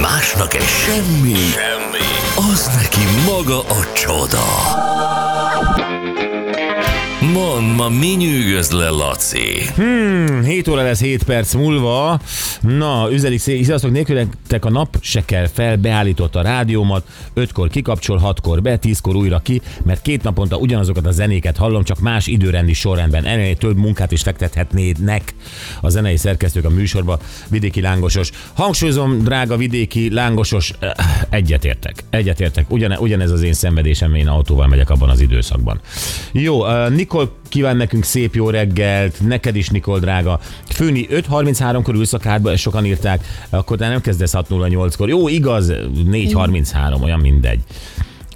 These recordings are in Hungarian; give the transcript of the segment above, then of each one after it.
Másnak egy semmi, semmi, az neki maga a csoda. Mond, ma mi nyűgöz le, Laci? 7 Hmm, óra lesz 7 perc múlva. Na, üzenik szé- sziasztok, nélkületek a nap se kell fel, beállított a rádiómat, 5-kor kikapcsol, 6-kor be, 10-kor újra ki, mert két naponta ugyanazokat a zenéket hallom, csak más időrendi sorrendben. Ennél több munkát is fektethetnének a zenei szerkesztők a műsorba. Vidéki lángosos. Hangsúlyozom, drága vidéki lángosos, eh, egyetértek. Egyetértek. Ugyane, ugyanez az én szenvedésem, én autóval megyek abban az időszakban. Jó, eh, Nikol kíván nekünk szép jó reggelt, neked is Nikol drága. Főni 5.33 körül szakádba, ezt sokan írták, akkor te nem kezdesz 6.08-kor. Jó, igaz, 4.33, olyan mindegy.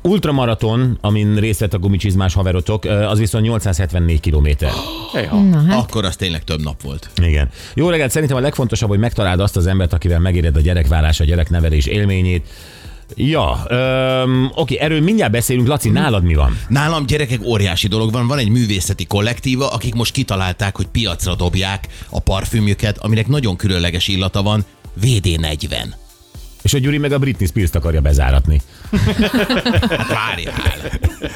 Ultramaraton, amin részt vett a gumicsizmás haverotok, eh, az viszont 874 kilométer. Ejha. Akkor az tényleg több nap volt. Igen. Jó reggelt, szerintem a legfontosabb, hogy megtaláld azt az embert, akivel megéred a gyerekvállás, a gyereknevelés élményét. Ja, öm, oké, erről mindjárt beszélünk. Laci, nálad mi van? Nálam gyerekek óriási dolog van. Van egy művészeti kollektíva, akik most kitalálták, hogy piacra dobják a parfümjüket, aminek nagyon különleges illata van. VD40. És a Gyuri meg a Britney Spears-t akarja bezáratni. Hát várjál.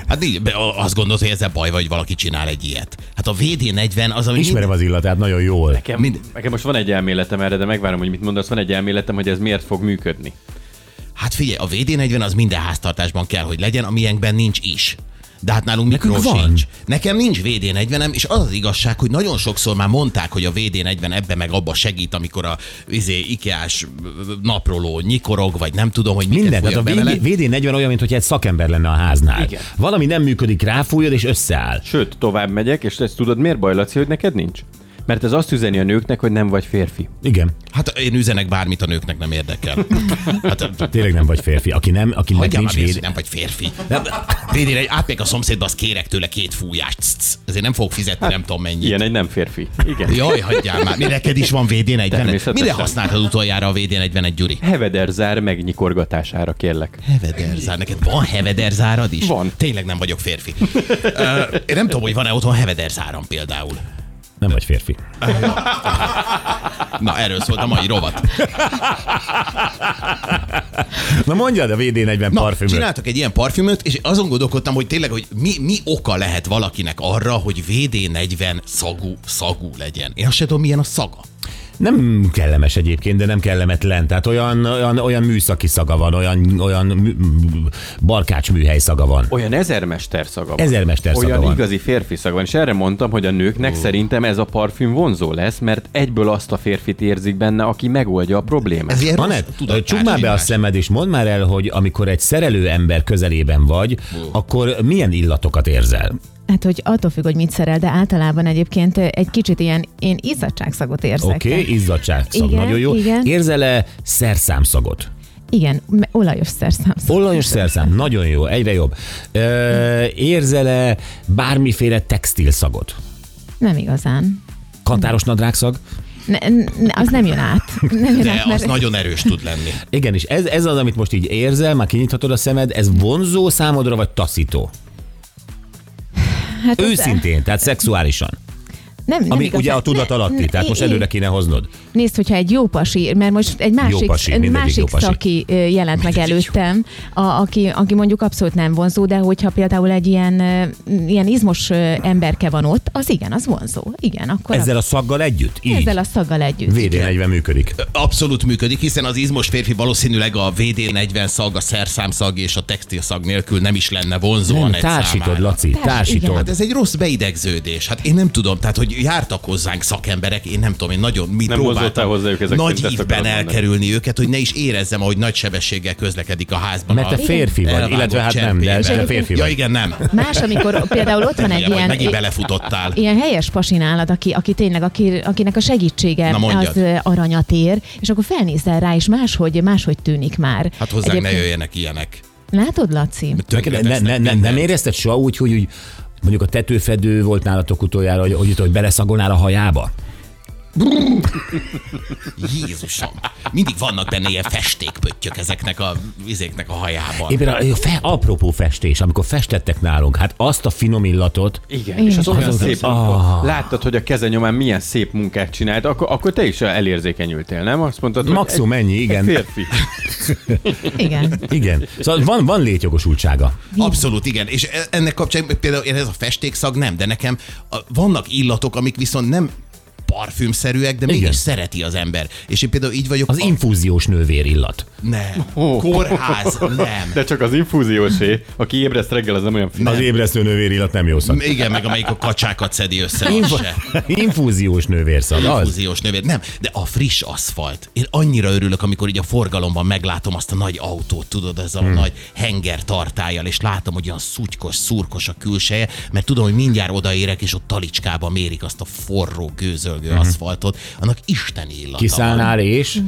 Hát így, be- a- azt gondolod, hogy ezzel baj vagy, valaki csinál egy ilyet. Hát a VD40 az, ami... Ismerem az illatát nagyon jól. Nekem, Mind- nekem most van egy elméletem erre, de megvárom, hogy mit mondasz. Van egy elméletem, hogy ez miért fog működni. Hát figyelj, a VD40 az minden háztartásban kell, hogy legyen, amilyekben nincs is. De hát nálunk mikro Nekünk van. sincs. Nekem nincs VD40-em, és az az igazság, hogy nagyon sokszor már mondták, hogy a VD40 ebbe meg abba segít, amikor a izé, Ikeás naproló nyikorog, vagy nem tudom, hogy miket Minden, tehát hát a fújnak bele. VD40 olyan, mintha egy szakember lenne a háznál. Igen. Valami nem működik, ráfújod és összeáll. Sőt, tovább megyek, és ezt tudod, miért baj, Laci, hogy neked nincs? Mert ez azt üzeni a nőknek, hogy nem vagy férfi. Igen, Hát én üzenek bármit, a nőknek nem érdekel. Hát, tényleg nem vagy férfi. Aki nem, aki Hagyjál nincs már, Bérci, véd... nem vagy férfi. Védére egy átmegyek a szomszédba, azt kérek tőle két fújást. Cs, cs, Ezért nem fogok fizetni, nem tudom mennyit. Ilyen egy nem férfi. Igen. Jaj, hagyjál már. Mi neked is van VD41? Természetesen. Mire használtad utoljára a VD41, Gyuri? Hevederzár megnyikorgatására, kérlek. Hevederzár. Neked van hevederzárad is? Van. Tényleg nem vagyok férfi. Ö, én nem tudom, hogy van-e otthon hevederzáram például. Nem vagy férfi. Na, erről szólt a mai rovat. Na mondjad a VD40 Na, parfümöt. csináltak egy ilyen parfümöt, és azon gondolkodtam, hogy tényleg, hogy mi, mi oka lehet valakinek arra, hogy VD40 szagú, szagú legyen. Én azt sem tudom, milyen a szaga. Nem kellemes egyébként, de nem kellemetlen. Tehát olyan, olyan, olyan műszaki szaga van, olyan, olyan mű, barkács műhely szaga van. Olyan ezermester szaga van. Ezermester szaga Olyan van. igazi férfi szaga van. És erre mondtam, hogy a nőknek szerintem ez a parfüm vonzó lesz, mert egyből azt a férfit érzik benne, aki megoldja a problémát. Ez ilyen Anett, tudatás, csukd már be a hívás. szemed, és mondd már el, hogy amikor egy szerelő ember közelében vagy, akkor milyen illatokat érzel? Hát, hogy attól függ, hogy mit szerel, de általában egyébként egy kicsit ilyen, én izzadságszagot érzek. Oké, okay, izzadságszag, Igen, nagyon jó. igen. Érzel-e szerszámszagot? Igen, me- olajos szerszámszag. Olajos szerszám, nagyon jó, egyre jobb. Ö, Érzel-e bármiféle textilszagot? Nem igazán. Kantáros nadrágszag? Ne, ne, az nem jön át. Nem jön De át, az mert... nagyon erős tud lenni. Igen, és ez, ez az, amit most így érzel, már kinyithatod a szemed, ez vonzó számodra, vagy taszító? hát ez- Őszintén, tehát szexuálisan. Nem, nem Ami igazán. ugye a tudat Ne- alatti, ne- tehát most i- előre kéne hoznod. Nézd, hogyha egy jó pasi, mert most egy másik, Jó pasi, egy mindegyik jó másik pasi. szaki ö, jelent meg előttem, a, aki, aki mondjuk abszolút nem vonzó, de hogyha például egy ilyen, ö, ilyen izmos ö, emberke van ott, az igen, az vonzó. Igen, akkor Ezzel a szaggal együtt? a, Így. ezzel a szaggal együtt. VD40 működik. Abszolút működik, hiszen az izmos férfi valószínűleg a VD40 szag, a szerszámszag és a textilszag nélkül nem is lenne vonzóan Nem, egy számára. társítod, Laci, Társ- társítod. Hát ez egy rossz beidegződés. Hát én nem tudom, tehát hogy jártak hozzánk szakemberek, én nem tudom, én nagyon mi Nem próbáltam vonzottál hozzájuk ezek nagy szerint, ezt hívben akarod mondani. elkerülni őket, hogy ne is érezzem, ahogy nagy sebességgel közlekedik a házban. Mert a te férfi vagy, elvágott illetve hát nem, de- cserpével. de férfi Ja vagy. igen, nem. Más, amikor például ott van egy Igen, vagy ilyen, megint belefutottál. ilyen helyes pasinálad, aki, aki tényleg, aki, akinek a segítsége Na, mondjad. az ö, aranyat ér, és akkor felnézel rá, és máshogy, máshogy tűnik már. Hát hozzánk ne Egyébként- jöjjenek ilyenek. Látod, Laci? Neked ne, ne, ne, nem érezted soha úgy, hogy úgy, mondjuk a tetőfedő volt nálatok utoljára, hogy, hogy, hogy beleszagolnál a hajába? Jézusom, mindig vannak benne ilyen festékpöttyök ezeknek a vizéknek a hajában. Én például, jó, fe, apropó festés, amikor festettek nálunk, hát azt a finom illatot, Igen, Igen. és az olyan Azon- szép, Ah. amikor láttad, hogy a keze nyomán milyen szép munkát csinált, akkor, akkor te is elérzékenyültél, nem? Azt mondtad, hogy maximum ennyi, egy igen. férfi. Igen. Igen. Szóval van, van létjogosultsága. Abszolút, igen. És e- ennek kapcsán például én ez a festékszag nem, de nekem a, vannak illatok, amik viszont nem parfümszerűek, de mégis Igen. szereti az ember. És én például így vagyok. Az a- infúziós nővér illat. Nem. Ó. Kórház, nem. De csak az infúziósé, aki ébreszt reggel, az nem olyan finom. Az ébresztő nővér illat nem jó szag. Igen, meg amelyik a kacsákat szedi össze, az se. Infúziós nővér szag. Az. Infúziós növér. Nem, de a friss aszfalt. Én annyira örülök, amikor így a forgalomban meglátom azt a nagy autót, tudod, ez a hmm. nagy henger tartájjal, és látom, hogy olyan szutykos, szurkos a külseje, mert tudom, hogy mindjárt odaérek, és ott talicskában mérik azt a forró, gőzölgő hmm. aszfaltot. Annak isteni illata van. Kiszállnál és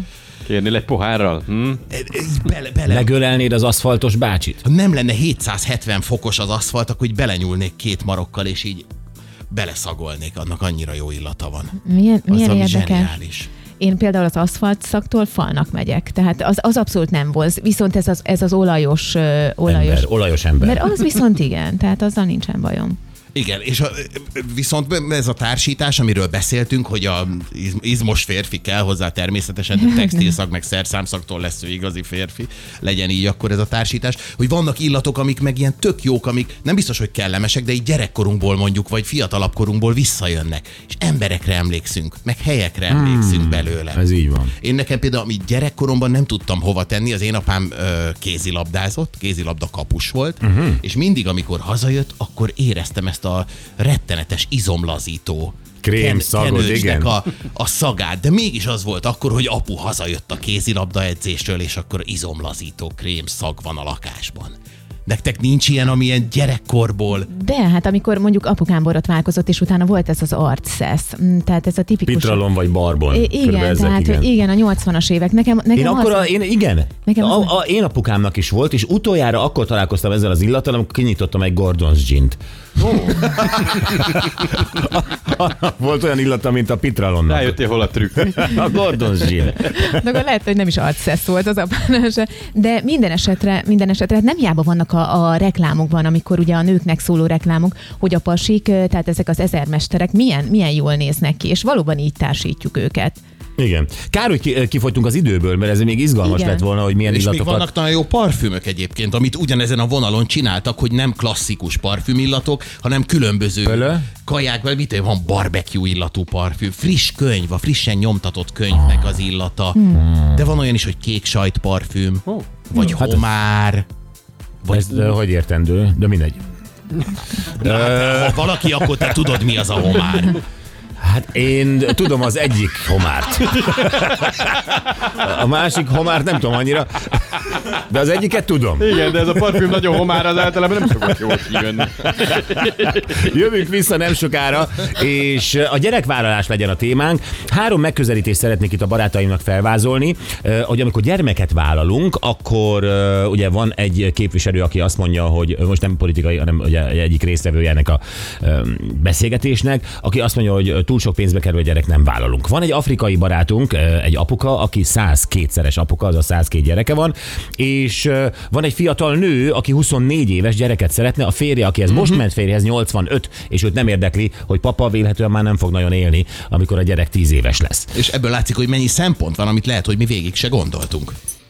Kérnél egy pohárral? Hm? E- e- így Bele, bele. legölelnéd az aszfaltos bácsit? Ha nem lenne 770 fokos az aszfalt, akkor így belenyúlnék két marokkal, és így beleszagolnék, annak annyira jó illata van. Milyen, milyen az, ami érdekes. zseniális. Én például az aszfalt szaktól falnak megyek, tehát az, az abszolút nem vonz, viszont ez az, ez az olajos, ö, olajos Ember, olajos ember. Mert az viszont igen, tehát azzal nincsen bajom. Igen, és a, viszont ez a társítás, amiről beszéltünk, hogy a iz- izmos férfi kell hozzá természetesen, de textilszak meg szerszámszaktól lesz ő igazi férfi, legyen így akkor ez a társítás, hogy vannak illatok, amik meg ilyen tök jók, amik nem biztos, hogy kellemesek, de így gyerekkorunkból mondjuk, vagy fiatalabb korunkból visszajönnek, és emberekre emlékszünk, meg helyekre emlékszünk belőle. Ez így van. Én nekem például, amit gyerekkoromban nem tudtam hova tenni, az én apám ö, kézilabdázott, kézilabda kapus volt, Mhm. uh-huh. és mindig, amikor hazajött, akkor éreztem ezt a rettenetes izomlazító Krém ken- szagot, kenőcsnek igen. A, a szagát, de mégis az volt akkor, hogy apu hazajött a kézilabda edzésről, és akkor izomlazító krém szag van a lakásban. Nektek nincs ilyen, amilyen gyerekkorból De hát amikor mondjuk apukám borotválkozott, és utána volt ez az arcszesz, Mm, tehát ez a tipikus... Pitralon vagy barbon. I- Körülbelül igen, ezek, tehát igen. igen, a 80-as évek. Nekem, nekem Én az- akkor, a, én, igen, Nekem az- a, a, én apukámnak is volt, és utoljára akkor találkoztam ezzel az illattal, amikor kinyitottam egy Gordon's gint. volt olyan illata, mint a Pitralonnak. Rájöttél, hol a trükk. A Gordon's gin. De akkor lehet, hogy nem is arcesz volt az apánál se. De minden esetre, minden esetre, hát nem hiába vannak a, a reklámokban, amikor ugye a nőknek szóló reklámok, hogy a pasik, ö, tehát ezek az ezermesterek milyen, milyen jól néznek ki, és valóban így társítjuk őket. Igen. Kár, hogy ki- eh, kifogytunk az időből, mert ez még izgalmas Igen. lett volna, hogy milyen És még illatokat... vannak nagyon jó parfümök egyébként, amit ugyanezen a vonalon csináltak, hogy nem klasszikus parfümillatok, hanem különböző Pölö? kaják, vagy mit tudom, van barbecue illatú parfüm, friss könyv, a frissen nyomtatott könyvnek az illata, de van olyan is, hogy kék sajt parfüm, vagy Hmm. Hát ez- homár, vagy Ez ö, hogy értendő, de mindegy. ha valaki, akkor te tudod, mi az a homár. Hát én tudom az egyik homárt. A másik homárt nem tudom annyira, de az egyiket tudom. Igen, de ez a parfüm nagyon homár, az általában nem szokott jól kijönni. Jövünk vissza nem sokára, és a gyerekvállalás legyen a témánk. Három megközelítést szeretnék itt a barátaimnak felvázolni, eh, hogy amikor gyermeket vállalunk, akkor eh, ugye van egy képviselő, aki azt mondja, hogy most nem politikai, hanem ugye egyik résztvevője ennek a eh, beszélgetésnek, aki azt mondja, hogy túl sok pénzbe kerül a gyerek, nem vállalunk. Van egy afrikai barátunk, eh, egy apuka, aki 102-szeres apuka, az a 102 gyereke van, és eh, van egy fiatal nő, aki 24 éves gyereket szeretne, a férje, aki ez most ment férjehez 85, és őt nem érdekli, hogy papa vélhetően már nem fog nagyon élni, amikor a gyerek 10 éves lesz. És ebből látszik, hogy mennyi szempont van, amit lehet, hogy mi végig se gondoltunk.